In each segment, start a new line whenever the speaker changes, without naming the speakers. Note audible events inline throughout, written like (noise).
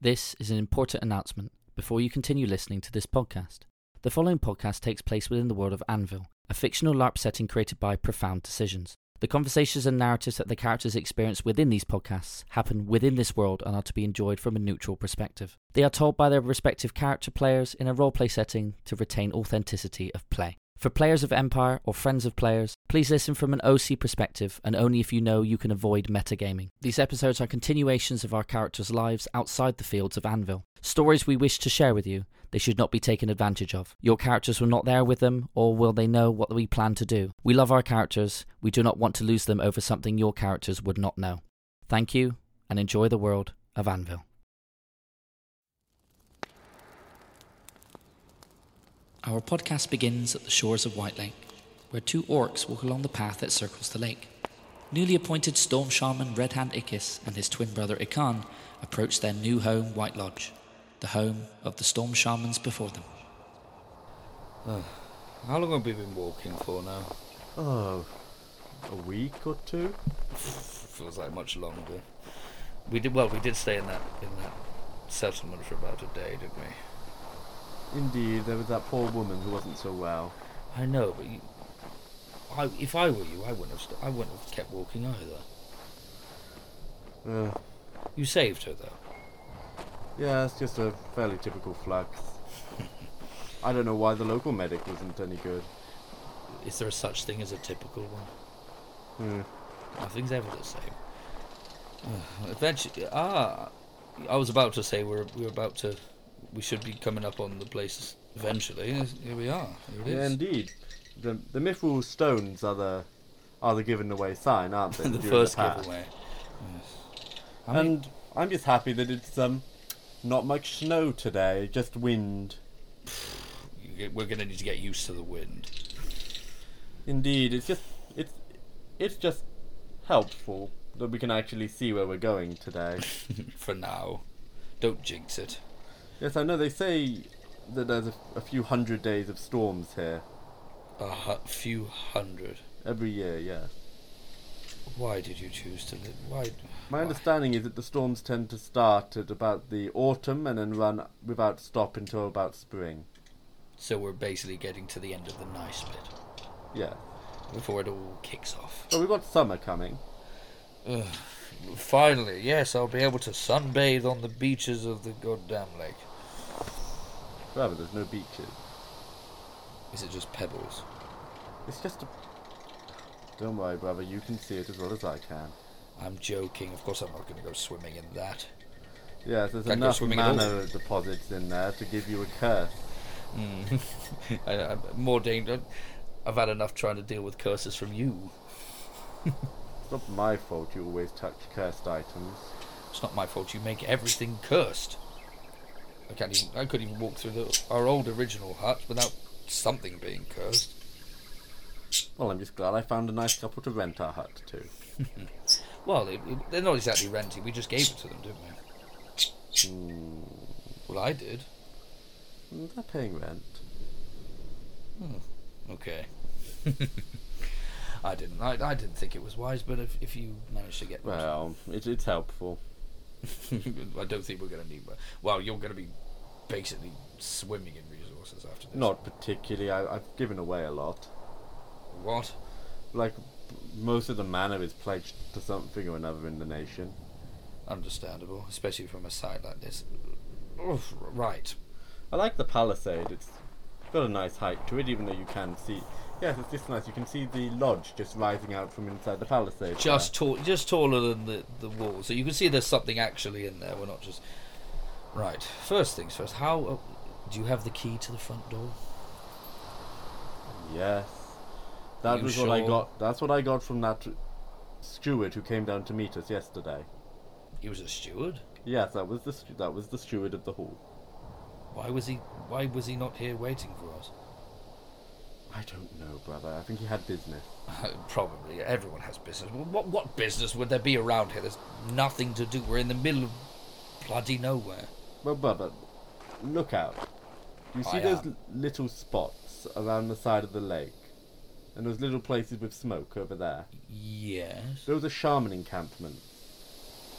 This is an important announcement before you continue listening to this podcast. The following podcast takes place within the world of Anvil, a fictional LARP setting created by Profound Decisions. The conversations and narratives that the characters experience within these podcasts happen within this world and are to be enjoyed from a neutral perspective. They are told by their respective character players in a roleplay setting to retain authenticity of play. For players of Empire or friends of players, please listen from an OC perspective and only if you know you can avoid metagaming. These episodes are continuations of our characters' lives outside the fields of Anvil. Stories we wish to share with you, they should not be taken advantage of. Your characters were not there with them, or will they know what we plan to do? We love our characters, we do not want to lose them over something your characters would not know. Thank you, and enjoy the world of Anvil. Our podcast begins at the shores of White Lake, where two orcs walk along the path that circles the lake. Newly appointed storm shaman Red Hand Ickis and his twin brother Ikan approach their new home, White Lodge, the home of the storm shamans before them.
How long have we been walking for now?
Oh, a week or two?
Feels like much longer. We did well. We did stay in that in that settlement for about a day, didn't we?
Indeed, there was that poor woman who wasn't so well.
I know, but you, I, if I were you, I wouldn't have. St- I wouldn't have kept walking either.
Uh,
You saved her though.
yeah, it's just a fairly typical flux. I don't know why the local medic wasn't any good.
Is there such thing as a typical one?
Hmm.
Nothing's ever the (sighs) same. eventually, ah, I was about to say we're we're about to. We should be coming up on the places eventually. Here we are. Here it is.
Yeah, indeed. The the Mithril stones are the are the given away sign, aren't they?
(laughs) the
during
first
path?
giveaway. Yes.
And I'm just happy that it's um not much snow today, just wind.
You get- We're going to need to get used to the wind. (laughs)
Indeed, it's just it's it's just helpful that we can actually see where we're going today.
For now, don't jinx it.
Yes, I know. They say that there's a, a few hundred days of storms here
A hu- few hundred.
every year. Yeah.
Why did you choose to live? Why?
My
why?
understanding is that the storms tend to start at about the autumn and then run without stop until about spring.
So we're basically getting to the end of the nice bit
Yeah.
before it all kicks off.
But we've got summer coming.
Finally, yes, I'll be able to sunbathe on the beaches of the goddamn lake.
However, there's no beaches.
Is it just pebbles?
It's just a. Don't worry, brother. You can see it as well as I can.
I'm joking. Of course, I'm not going to go swimming in that.
Yes, there's
Can't go
enough
swimming at all.
mana deposits in there to give you a curse.
Hmm. (laughs) I, I'm more dangerous. I've had enough trying to deal with curses from you.
It's not my fault you always touch cursed items.
It's not my fault. You make everything cursed. I can't even. I couldn't even walk through the, our old original hut without something being cursed.
Well, I'm just glad I found a nice couple to rent our hut to.
Well, it, it- they're not exactly renting. We just gave it to them, didn't we?
Hmm.
Well, I did.
Mm, They're paying rent.
Okay. (laughs) I didn't. I, I didn't think it was wise, but if, if you manage to get,
Well, it, it's helpful.
(laughs) I don't think we're going to need. Well, you're going to be basically swimming in resources after this.
Not particularly. I, I've given away a lot.
what?
Like, most of the mana is pledged to something or another in the nation.
Understandable, especially from a site like this. Oof, right.
I like the palisade. It's got a nice height to it, even though you can see. Yes, it's just nice. You can see the lodge just rising out from inside the palisade.
just tall, just taller than the the wall, so you can see there's something actually in there. We're not just right. First things first. How uh, do you have the key to the front door?
there. Yes. That
You
was what I
sure?
got. That's what I got from that steward who came down to meet us yesterday.
He was a steward.
Yes, that was the stu- that was the steward of the hall.
Why was he? Why was he not here waiting for us? (laughs)
I don't know, brother. I think he had business.
Probably everyone has business. Well, What what business would there be around here? There's nothing to do. We're in the middle of bloody nowhere.
Well, brother, look out. You see
I
those
am.
l- little spots around the side of the lake? And those little places with smoke over there?
Yes.
Those are shaman encampments.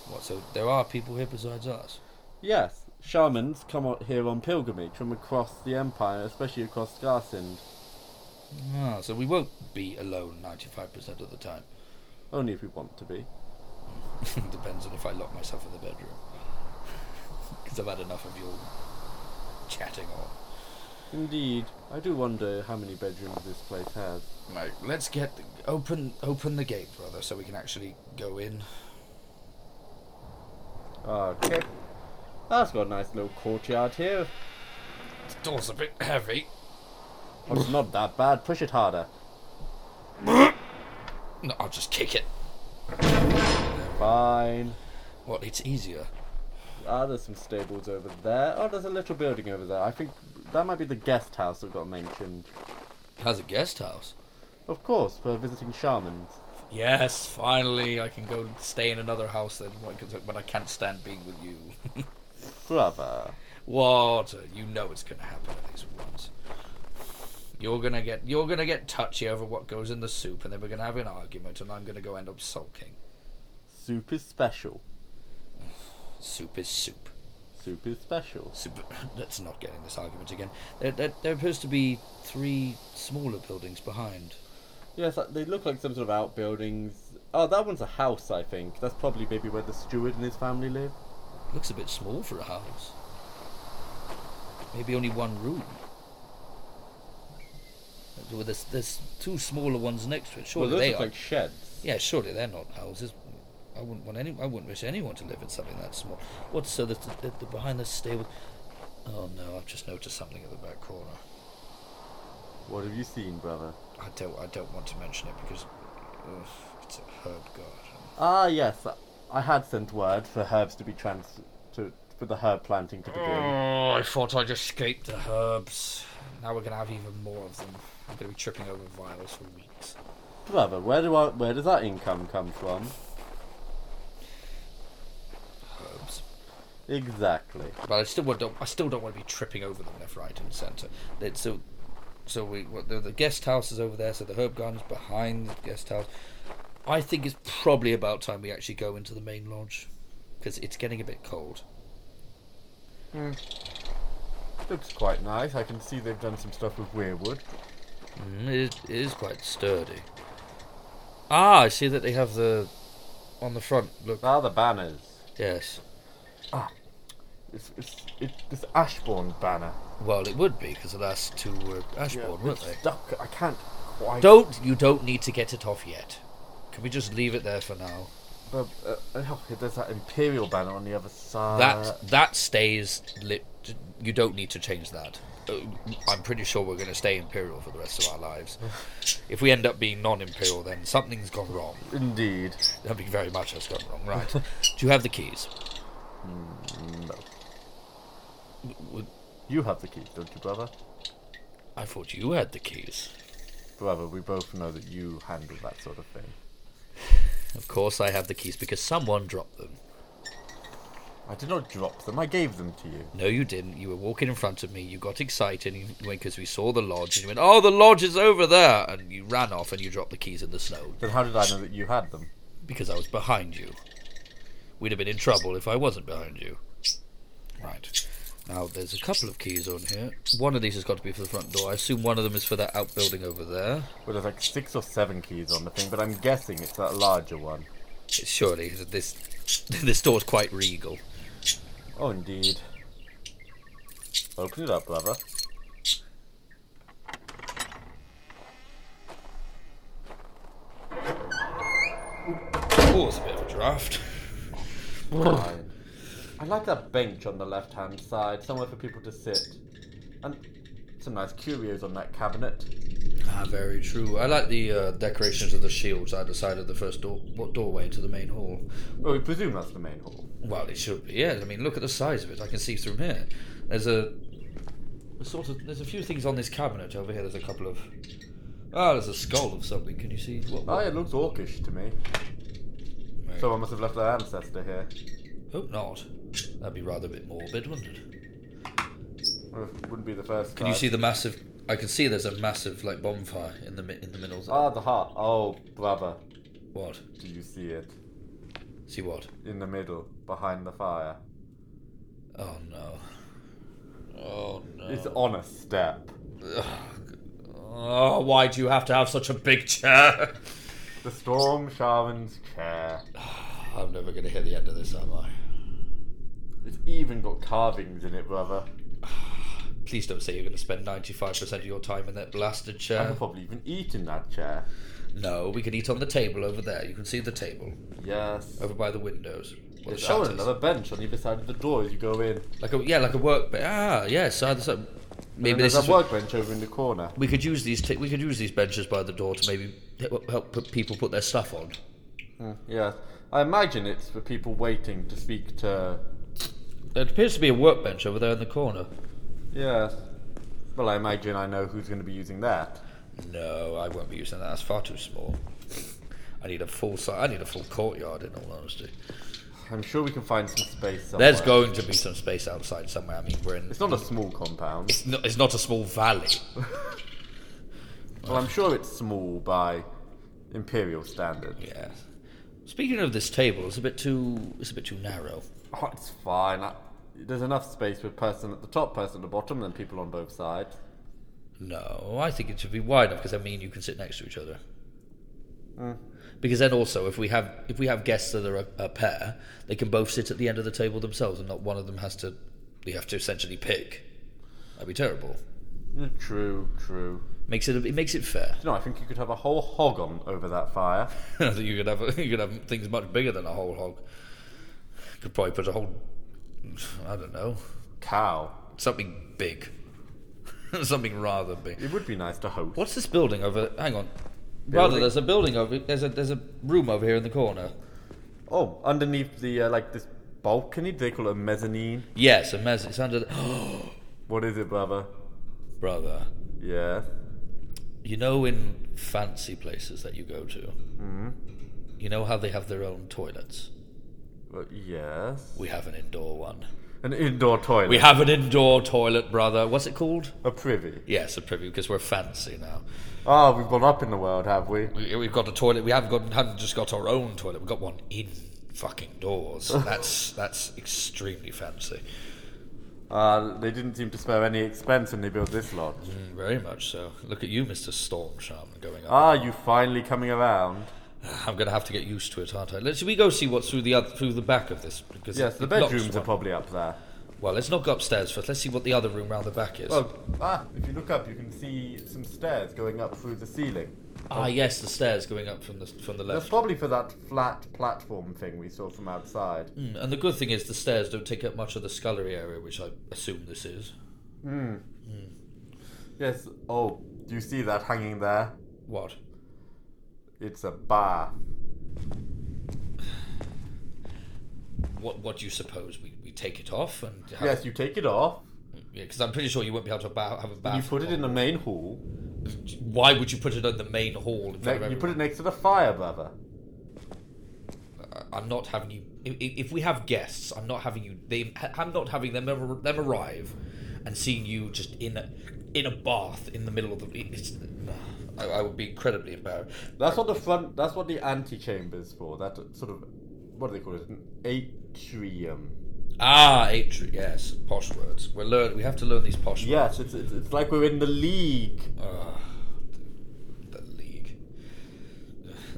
What? So there are people here besides us.
Yes, shamans come out here on pilgrimage from across the empire, especially across Skarsind.
Ah, so we won't be alone 95% of the time.
Only if we want to be.
(laughs) Depends on if I lock myself in the bedroom. (laughs) Because I've had enough of your chatting on.
Indeed, I do wonder how many bedrooms this place has.
Right, let's get open open the gate, brother, so we can actually go in.
Okay. That's got a nice little courtyard here.
The door's a bit heavy.
Oh, it's not that bad. Push it harder.
No, I'll just kick it.
Fine.
Well, it's easier.
Ah, there's some stables over there. Oh, there's a little building over there. I think that might be the guest house that got mentioned.
Has a guest house.
Of course, for visiting shamans.
Yes, finally, I can go stay in another house then, when I can't stand being with you.
Brother.
What? You know it's gonna happen at least once. You're gonna get you're gonna get touchy over what goes in the soup, and then we're gonna have an argument, and I'm gonna go end up sulking.
Soup is special.
Soup is soup.
Soup is special.
soup. (laughs) Let's not get in this argument again. There, there, there appears to be three smaller buildings behind.
Yes, uh, they look like some sort of outbuildings. Oh, that one's a house, I think. That's probably maybe where the steward and his family live.
Looks a bit small for a house. Maybe only one room. Well, there's, there's two smaller ones next to it. Surely
well, those
they
look
are.
like sheds.
Yeah, surely they're not houses. I wouldn't want any. I wouldn't wish anyone to live in something that small. What's so that the, the behind the stable? Oh no! I've just noticed something at the back corner.
What have you seen, brother?
I don't. I don't want to mention it because ugh, it's a herb garden.
Ah, yes. I had sent word for herbs to be trans to for the herb planting to begin.
Oh, I thought I'd escaped the herbs. Now we're gonna have even more of them. I'm gonna be tripping over vials for weeks.
Brother, where do I, where does that income come from?
Herbs.
Exactly.
But I still want to, I still don't want to be tripping over them left, right, and centre. That- So, so we what, the, the guest house is over there. So the herb garden's behind the guest house. I think it's probably about time we actually go into the main lodge because it's getting a bit cold.
Looks quite nice. I can see they've done some stuff with weirwood.
Mm, it, it is quite sturdy. Ah, I see that they have the on the front. Look,
Ah, the banners.
yes.
It's it's it's this Ashbourne banner.
Well, it would be because the last two were Ashbourne, weren't
it's
they?
stuck. I can't quite.
Don't you don't need to get it off yet. Can we just leave it there for now?
Uh, uh, oh, there's that imperial banner on the other side.
That that stays lit. You don't need to change that. Uh, I'm pretty sure we're going to stay imperial for the rest of our lives. if we end up being non-imperial, then something's gone wrong.
Indeed.
Something very much has gone wrong. Right? Do you have the keys?
No.
W-
You have the key, don't you, brother?
I thought you had the keys.
Brother, we both know that you handle that sort of thing.
Of course, I have the keys because someone dropped them.
I did not drop them. I gave them to you.
No, you didn't. You were walking in front of me. You got excited and you went because we saw the lodge and you went, "Oh, the lodge is over there!" And you ran off and you dropped the keys in the snow.
Then how did I know that you had them?
because I was behind you. We'd have been in trouble if I wasn't behind you. Right. Now, there's a couple of keys on here. One of these has got to be for the front door. I assume one of them is for that outbuilding over there.
Well, there's like six or seven keys on the thing, but I'm guessing it's that larger one.
Surely, this (laughs) this door's quite regal.
Oh, indeed. Open it up, brother.
Oh, it's a bit of a draft.
Fine. I like that bench on the left-hand side, somewhere for people to sit. And some nice curios on that cabinet.
Ah, very true. I like the uh, decorations of the shields either side of the first door what doorway into the main hall.
Well, Oh, we presume that's the main hall.
Well, it should be. Yes, I mean, look at the size of it. I can see through here. There's a, a sort of. There's a few things on this cabinet over here. There's a couple of. Ah, there's a skull of something. Can you see? What?
Oh,
what?
it looks orcish to me.
Right.
Someone must have left their ancestor here.
Hope not. That'd be rather a bit morbid, wouldn't it?
Well, it wouldn't be the first
Can you see the massive? I can see there's a massive like bonfire in the mi- in the middle.
Ah, the heart. Oh, brother,
What?
do you see it?
See what?
In the middle, behind the fire.
Oh no. Oh no.
It's on a step.
Oh, why do you have to have such a big chair?
The Storm Shaman's chair.
(laughs) I'm never going to hear the end of this, am I?
It's even got carvings in it, brother.
Please don't say you're going to spend 95% of your time in that blasted
I could
chair.
probably even eat in that chair.
No, we could eat on the table over there. You can see the table
Yes.
over by the windows. Well, the
There's oh,
shutters.
another bench on either side of the door as you go in.
Like a yeah, like a work. Ah, yes. either side.
And
Maybe
there's
this is
a workbench over in the corner.
we could use these. ta we could use these benches by the door to maybe help- help put people put their stuff on.
Hmm, Yes. I imagine it's for people waiting to speak to.
There appears to be a workbench over there in the corner.
Yes. Well, I imagine I know who's going to be using that.
No, I won't be using that. That's far too small. I need a full si- I need a full courtyard. In all honesty,
I'm sure we can find some space somewhere.
there's going to be some space outside somewhere. I mean, we're in.
It's not a small compound.
It's not, it's not a small valley.
Well, I'm sure it's small by imperial standards.
Yeah. Speaking of this table, it's a bit too. It's a bit too narrow.
Oh, it's fine. I, there's enough space with person at the top, person at the bottom, and people on both sides.
No, I think it should be wide enough because I mean you can sit next to each other. Because then also, if we have if we have guests that are a, a pair, they can both sit at the end of the table themselves, and not one of them has to. They have to essentially pick. That'd be terrible.
Mm, True, true.
Makes it a- it makes it fair. (laughs)
You know, I think you could have a whole hog on over that fire.
I think you could have (laughs) you could have things much bigger than a whole hog. Could probably put a whole. I don't know
Cow.
something big, (laughs) something rather big.
It would be nice to host.
What's this building over? Hang on. Rather,
Building?
there's a building over. There's a there's a room over here in the corner.
Oh, underneath the uh, like this balcony, do they call it a mezzanine?
Yes, a mess. It's under.
What is it, brother?
(gasps) Brother,
Yes.
you know in fancy places that you go to, Mm-hmm. you know how they have their own toilets.
Well, Uh, yes.
We have an indoor one.
An indoor toilet.
We have an indoor toilet, brother. What's it called?
a privy.
Yes, a privy because we're fancy now.
Ah, we've gone up in the world, have we?
We, we've got a toilet. We haven't got haven't just got our own toilet. We've got one in fucking (laughs) doors. That's that's extremely fancy.
Uh, they didn't seem to spare any expense when they built this lodge.
Mm, very much so. Look at you, Mister Storm Shaman, going on.
Ah, you finally coming around.
I'm going to have to get used to it, aren't I? Let's we go see what's through the other, through the back of this because
Yes, the
it blocks
bedrooms are
one.
probably up there.
Well, let's not go upstairs first. Let's see what the other room round the back is.
Well, ah, if you look up, you can see some stairs going up through the ceiling.
ah, yes, the stairs going up from the from the
That's
left.
probably for that flat platform thing we saw from outside.
Mm, and the good thing is the stairs don't take up much of the scullery area, which I assume this is.
Yes. Oh, do you see that hanging there?
What?
It's a bath.
What? What do you suppose? We, we take it off and have,
Yes, you take it off.
because I'm pretty sure you won't be able to ba- have a
and
bath.
You put it in the main hall.
Why would you put it in the main hall? In front
Ne-
of
you put
everyone?
it next to the fire, brother.
I- I'm not having you. i- i- If we have guests, I'm not having you. They, I'm not having them ever, them arrive, and seeing you just in a, in a bath in the middle of the. It's, I, I would be incredibly embarrassed.
That's what the front. That's what the antechamber's for. That sort of, what do they call it? An atrium.
Ah, atri. Yes, posh words. We're learn. We have to learn these posh words.
Yes, it's, it's it's like we're in the league.
The league.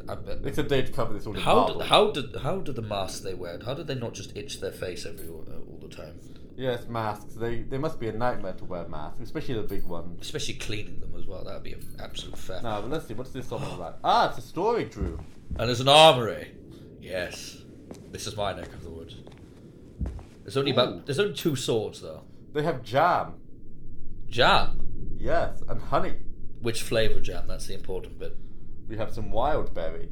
I bet.
It's a day to cover this all in
How
marble.
did, how did how did the masks they wear? How did they not just itch their face every all the time?
Yes, masks. They they must be a nightmare to wear masks, especially the big ones.
Especially cleaning them as well. That would be an absolute fact.
Now, but let's see. What's this on the right? Ah, it's a storage room.
And there's an armory. Yes. This is my neck of the woods. There's only
Ooh.
about there's only two swords though.
They have jam.
Jam.
Yes, and honey.
Which flavour jam, that's the important bit.
We have some wild berry.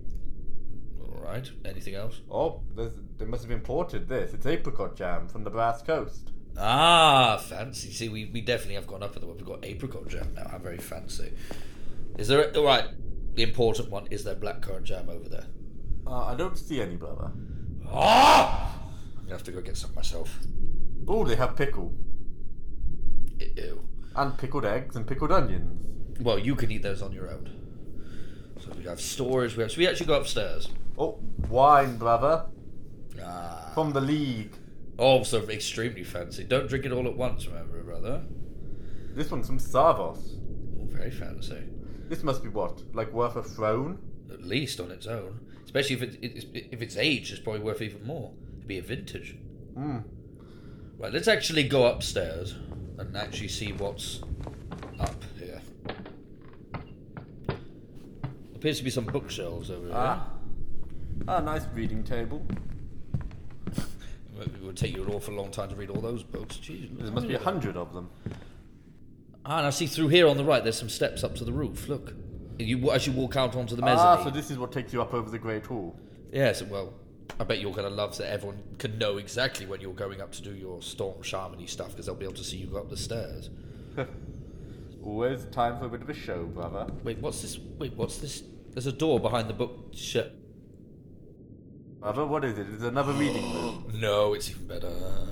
Alright. Anything else?
Oh, there's, they must have imported this. It's apricot jam from the Brass Coast.
Ah, fancy. See we, we definitely have gone up in the world. We've got apricot jam now. How very fancy. Is there alright, the important one is there blackcurrant jam over there.
Uh, I don't see any brother.
Ah I'm gonna have to go get some myself.
Oh, they have pickle
Ew.
and pickled eggs and pickled onions.
Well, you can eat those on your own. So we have storage, we have so we actually go upstairs.
Oh, wine, brother,
Ah,
from the league.
Also extremely fancy. Don't drink it all at once, remember, brother.
This one's from Savos.
Oh, very fancy.
This must be what, like worth a throne?
At least on its own. Especially if it, it, if it's aged, it's probably worth even more. It'd be a vintage.
Mm.
Right, let's actually go upstairs and actually see what's up here. Appears to be some bookshelves over
Ah. Ah, nice reading table.
there. It would take you an awful long time to read all those books. Jeez,
There must be a hundred of them.
Ah, and I see through here on the right. There's some steps up to the roof. Look, you as you walk out onto the mezzanine.
Ah, so this is what takes you up over the Great Hall.
Yes, well, I bet you're going to love that everyone can know exactly when you're going up to do your storm shamany stuff because they'll be able to see you go up the stairs.
Always time for a bit of a show, brother.
Wait, what's this? Wait, what's this? There's a door behind the book. Sh-
Brother, what is it? It's another reading
(gasps)
room.
no, it's even better.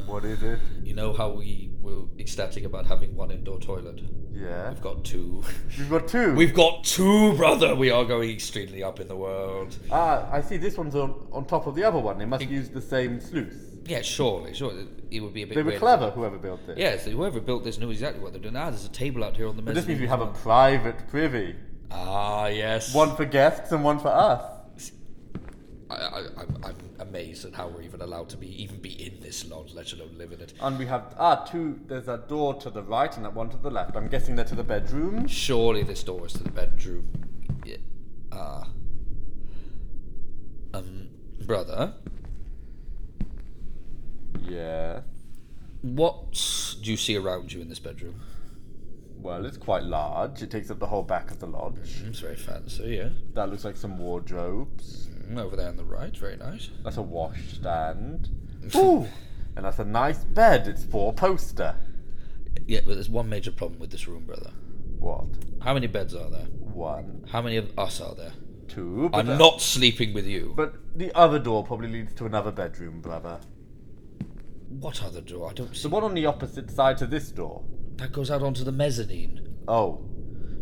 What is it?
You know how we were ecstatic about having one indoor toilet?
Yeah.
We've got two. (laughs)
We've got two.
We've got two, brother. We are going extremely up in the world.
Ah, I see. This one's on, on top of the other one. They must use the same sluice.
Yeah, surely, sure. It would be a bit.
They were
weird.
clever, whoever built this.
Yes, whoever built this knew exactly what they're doing. Ah, there's a table out here on the
But this
mezzanine.
means we have a private privy.
Ah, yes.
One for guests and one for us.
I, I, I'm, I'm amazed at how we're even allowed to be even be in this lodge, let alone live in it.
And we have ah two. There's a door to the right and that one to the left. I'm guessing they're to the bedrooms.
Surely this door is to the bedroom. Yeah. Ah. Um, brother,
Yeah.
what do you see around you in this bedroom?
Well, it's quite large. It takes up the whole back of the lodge.
It's very fancy, yeah.
That looks like some wardrobes.
Mm, Over there on the right, very nice.
That's a washstand. Ooh, and that's a nice bed. It's four poster.
Yeah, but there's one major problem with this room, brother.
What?
How many beds are there?
One,
How many of us are there?
two. But
I'm
the-
not sleeping with you.
But the other door probably leads to another bedroom, brother.
What other door? I don't see.
The one on the opposite side to this door.
That goes out onto the mezzanine.
Oh,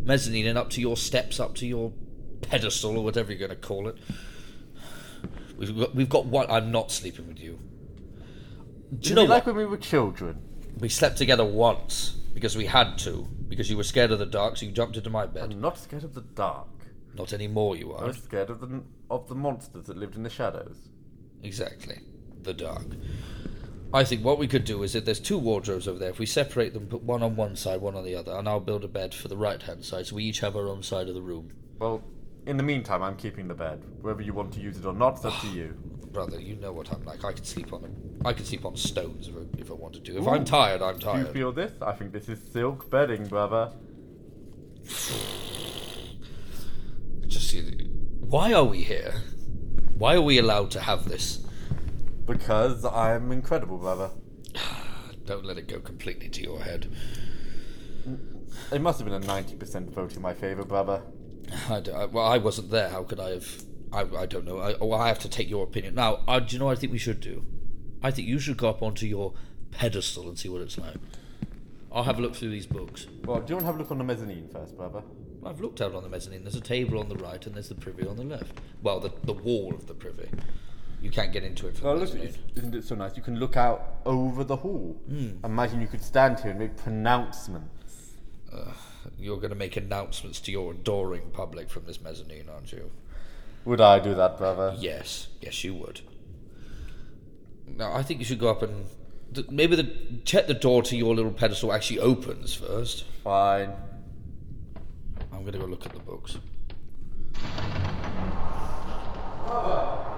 mezzanine and up to your steps, up to your pedestal or whatever you're going to call it. We've got, we've got one. I'm not sleeping with you. Do you know
we like
what?
when we were children?
We slept together once because we had to because you were scared of the dark, so you jumped into my bed.
I'm not scared of the dark.
Not anymore, you
I
are.
was scared of the of the monsters that lived in the shadows.
Exactly, the dark. I think what we could do is that there's two wardrobes over there. If we separate them, put one on one side, one on the other, and I'll build a bed for the right hand side, so we each have our own side of the room.
Well, in the meantime, I'm keeping the bed. Whether you want to use it or not, it's up to you.
(sighs) Brother, you know what I'm like. I could sleep on a, I could sleep on stones if I, if I wanted to. If
Ooh.
I'm tired, I'm
Do you
tired.
feel this? I think this is silk bedding, brother.
Just see, the- why are we here? Why are we allowed to have this?
Because I'm incredible, brother.
Don't let it go completely to your head. (sighs)
It must have been a 90% vote in my favour, brother.
I don't- I- well, I wasn't there. How could I have? I, I don't know. I, well, I have to take your opinion now. Uh, do you know what I think we should do? I think you should go up onto your pedestal and see what it's like. I'll have a look through these books.
Well, do you want to have a look on the mezzanine first, brother?
I've looked out on the mezzanine. There's a table on the right, and there's the privy on the left. Well, the, the wall of the privy. You can't get into it from
Well,
the
Oh, look,
mezzanine.
it's- isn't it so nice? You can look out over the hall. Imagine you could stand here and make pronouncements.
You're going to make announcements to your adoring public from this mezzanine, aren't you?
Would I do that, brother?
Yes, yes, you would. Now, I think you should go up and th- maybe the, check the door to your little pedestal actually opens first.
Fine.
I'm going to go look at the books.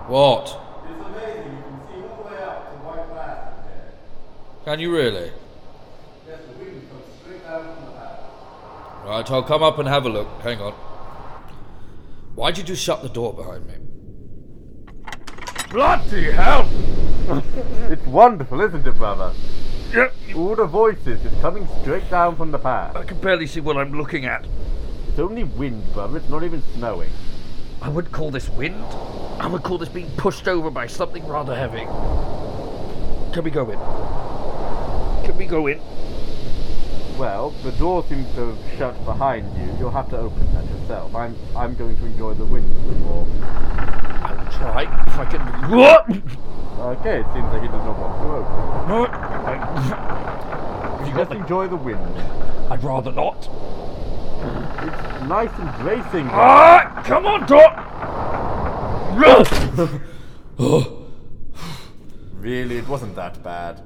What?
It's amazing. You can see all the way up to White Glass from here.
Can you really?
Yes, the wind comes straight down from the back.
Right, I'll come up and have a look. Hang on. Why'd you do shut the door behind me?
Bloody hell!
It's wonderful, isn't it, brother?
Yep,
All the voices is coming straight down from the
I
path.
can barely see what I'm looking at.
It's only wind, brother. It's not even snowing.
I would call this wind. I would call this being pushed over by something rather heavy. Can we go in? Can we go in?
Well, the door seems to have shut behind you. You'll have to open that yourself. I'm I'm going to enjoy the wind a bit more.
I'll try if I can.
Okay, it seems like he does not want to open.
Have you got
Just
the...
enjoy the wind.
I'd rather not.
It's nice and bracing.
Ah, come on, door.
Really, it wasn't that bad.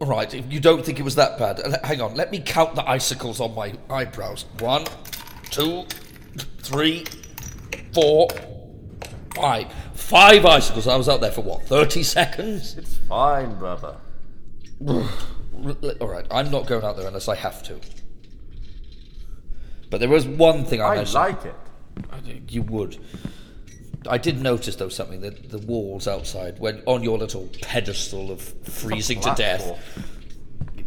All right, if you don't think it was that bad, uh, hang on. Let me count the icicles on my eyebrows. One, two, three, four, five. Five icicles. I was out there for what? Thirty seconds.
It's fine, brother.
All right, I'm not going out there unless I have to. But there was one thing I,
I
noticed.
like it.
You would. I did notice though something that the walls outside, when on your little pedestal of freezing to death,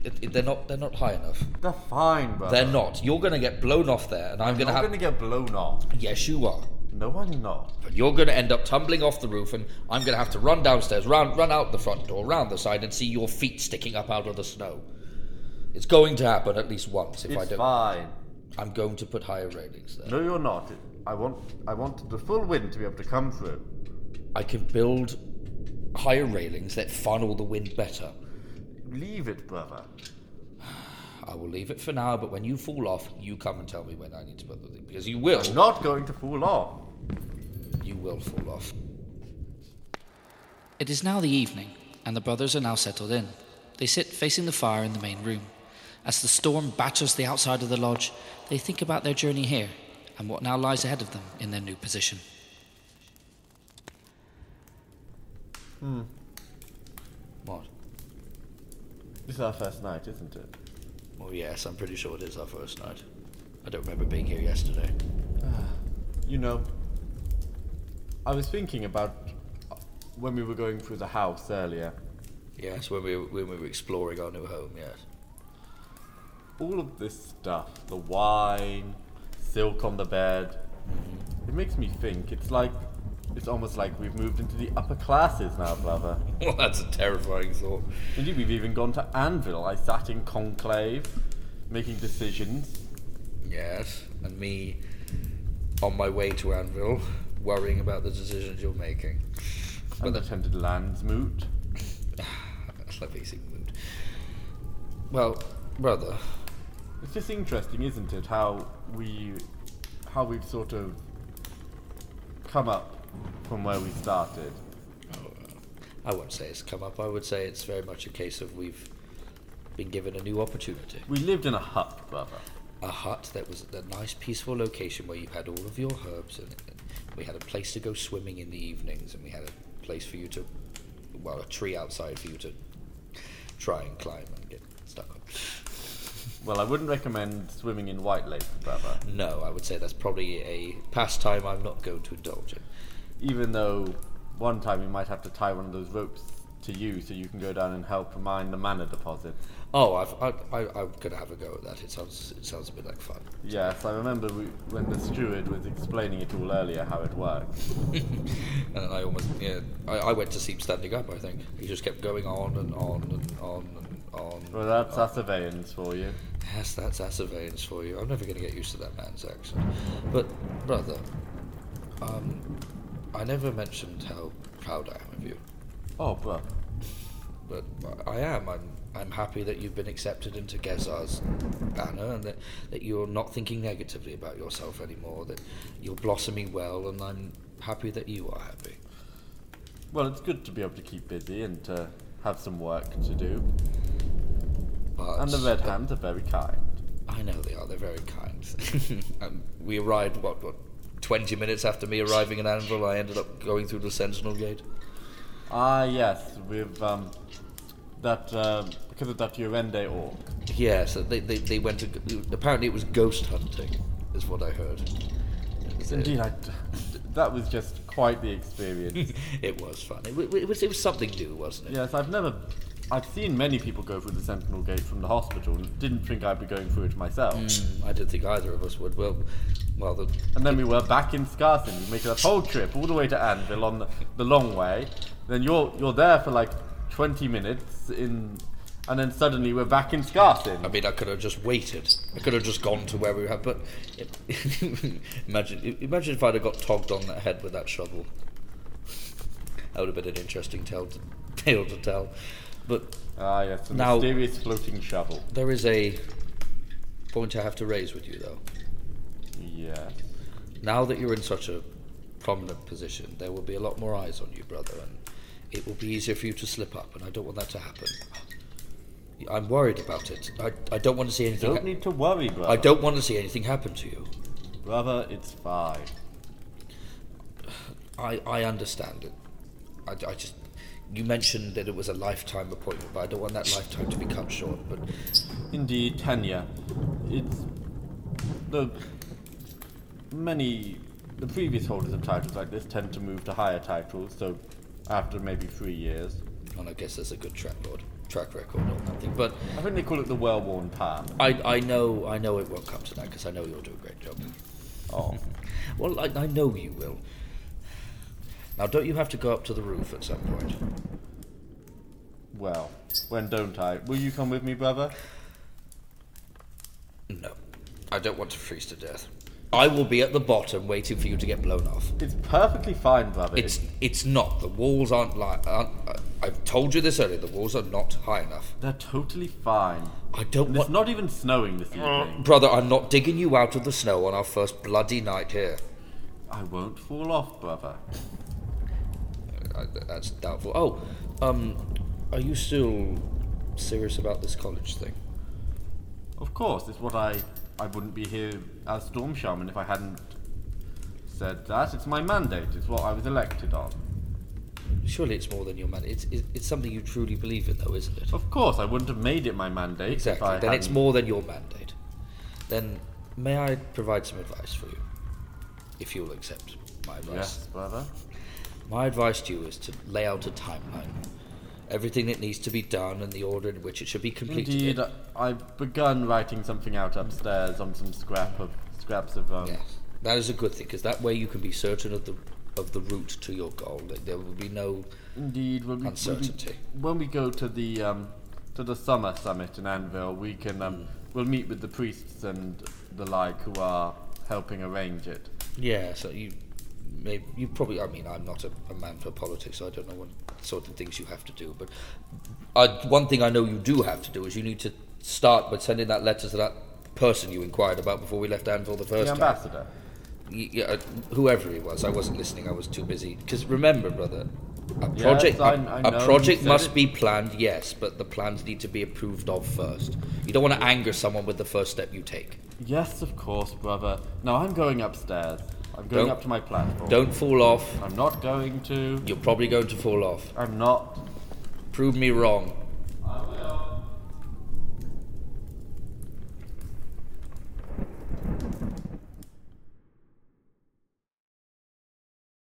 it, it- they're not they're not high enough.
They're fine, brother.
They're not. You're going to get blown off there, and I'm going to
Uh-huh. You're
have.
gonna get blown off.
Yes, you are.
No, I'm not.
But you're going to end up tumbling off the roof, and I'm going to have to run downstairs, round, run out the front door, round the side, and see your feet sticking up out of the snow. It's going to happen at least once if I
It's
don't.
fine.
I'm going to put higher railings there.
No, you're not. I want, I want the full wind to be able to come through.
I can build higher railings that funnel the wind better.
Leave it, brother.
I will leave it for now, but when you fall off, you come and tell me when I need to put the thing because you will.
I'm not going to fall off.
You will fall off.
It is now the evening, and the brothers are now settled in. They sit facing the fire in the main room. As the storm batters the outside of the lodge, they think about their journey here and what now lies ahead of them in their new position.
What?
This is our first night, isn't it?
Well, yes, I'm pretty sure it is our first night. I don't remember being here yesterday.
You know, I was thinking about when we were going through the house earlier.
Yes, when we when we were exploring our new home. Yes. (laughs)
All of this stuff, the wine, silk on the bed, it makes me think. It's like, it's almost like we've moved into the upper classes now, brother.
Well, that's a terrifying thought.
Indeed, we've even gone to Anvil. I sat in conclave, making decisions.
Yes, and me on my way to Anvil, worrying about the decisions you're making. (sighs)
I
But the
attended Landsmoot.
(sighs) that's a basic mood. Well, brother,
It's just interesting, isn't it? How we, how we've sort of come up from where we started.
I won't say it's come up. I would say it's very much a case of we've been given a new opportunity.
We lived in a hut, brother.
A hut that was a nice, peaceful location where you had all of your herbs, and, and we had a place to go swimming in the evenings, and we had a place for you to, well, a tree outside for you to try and climb and get stuck on.
Well, I wouldn't recommend swimming in White Lake, brother.
No, I would say that's probably a pastime I'm not going to indulge in.
Even though one time you might have to tie one of those ropes to you so you can go down and help mine the manor deposit.
Oh, I've, I, I, I'm going to have a go at that. It sounds, it sounds a bit like fun.
Yes, I remember we, when the steward was explaining it all earlier how it works.
And I almost, yeah, I, I went to sleep standing up, I think. He just kept going on and on and on and on.
Well, that's our surveillance for you.
Yes, that's our surveillance for you. I'm never going to get used to that man's accent. But, brother, um, I never mentioned how proud I am of you.
Oh, bro.
But I am. I'm, I'm happy that you've been accepted into Gezar's banner and that, that you're not thinking negatively about yourself anymore, that you're blossoming well, and I'm happy that you are happy.
Well, it's good to be able to keep busy and to have some work to do.
But
And the Red Hands are very kind.
I know they are. They're very kind. (laughs) um, we arrived what what twenty minutes after me arriving in Anvil. I ended up going through the Sentinel Gate.
Ah, yes, with um, that, um because of that Urende orc.
Yeah, so they, they, they went to g- apparently it was ghost hunting, is what I heard. It was, uh,
Indeed, I, that was just quite the experience.
it was fun. It, wa- it was it was something new, wasn't it?
yes, I've never. I've seen many people go through the Sentinel Gate from the hospital and didn't think I'd be going through it myself.
Mm, I didn't think either of us would. Well, well, the,
And then we were back in Scarson. We make a whole trip all the way to Anvil on the, the long way. Then you're you're there for like 20 minutes in, and then suddenly we're back in
I
Scarson.
mean, I could have just waited. I could have just gone to where we were. But (laughs) imagine, imagine if I'd have got togged on the head with that shovel. That would have been an interesting tale to, (laughs) tale to tell. But
Ah, yes, the
Now-
mysterious floating shovel.
there is a point I have to raise with you, though.
Yes.
Now that you're in such a prominent position, there will be a lot more eyes on you, brother, and it will be easier for you to slip up, and I don't want that to happen. I'm worried about it. I, I don't want to see anything.
Don't need to worry, brother.
I don't want to see anything happen to you.
Brother, it's fine.
I, I understand it. I, I just. You mentioned that it was a lifetime appointment, but I don't want that lifetime to be cut short. But
Indeed, Tanya. It's the many the previous holders of titles like this tend to move to higher titles, so after maybe three years.
and I guess there's a good track record, track record on that thing. But
I think they call it the well worn path.
I, I know I know it won't come to that because I know you'll do a great job.
Oh.
Well, I, I know you will. Now, don't you have to go up to the roof at some point?
Well. When don't I? Will you come with me, brother?
No, I don't want to freeze to death. I will be at the bottom waiting for you to get blown off.
It's perfectly fine, brother.
It's it's not. The walls aren't like. Aren't, I- I've told you this earlier. The walls are not high enough.
They're totally fine.
I don't
And
want.
it's not even snowing this evening.
Brother, I'm not digging you out of the snow on our first bloody night here.
I won't fall off, brother.
I, that's doubtful. Oh, um, are you still serious about this college thing?
Of course, it's what I I wouldn't be here as Storm Shaman if I hadn't said that. It's my mandate. It's what I was elected on.
Surely it's more than your man. It's, it's, it's something you truly believe in, though, isn't it?
Of course, I wouldn't have made it my mandate if
Exactly.
Oh, I
Then it's
hadn't-
more than your mandate. Then may I provide some advice for you? If you'll accept my advice.
Yes, brother.
My advice to you is to lay out a timeline. Everything that needs to be done and the order in which it should be completed.
Indeed, I- I've begun writing something out upstairs on some scrap of scraps of um.
Yes, that is a good thing because that way you can be certain of the of the route to your goal. There- There will be no.
Indeed, when we, when we-
Uncertainty.
when we go to the um, to the summer summit in Anvil, we can
Mm.
um, we'll meet with the priests and the like who are helping arrange it.
Yeah, so you. Maybe, you probably. I mean, I'm not a, a man for politics, so I don't know what sort of things you have to do. But I, one thing I know you do have to do is you need to start by sending that letter to that person you inquired about before we left Anvil the first
The
time.
ambassador.
Y- yeah, uh, whoever he was, I wasn't listening. I was too busy. Because remember, brother, a
Yes,
project,
I-
a-
I
a
know,
project
you said
must
it.
be planned. Yes, but the plans need to be approved of first. You don't want to anger someone with the first step you take.
Yes, of course, brother. Now I'm going upstairs. I'm going
Don't-
up to my platform.
Don't fall off.
I'm not going to.
You're probably going to fall off.
I'm not.
Prove me wrong.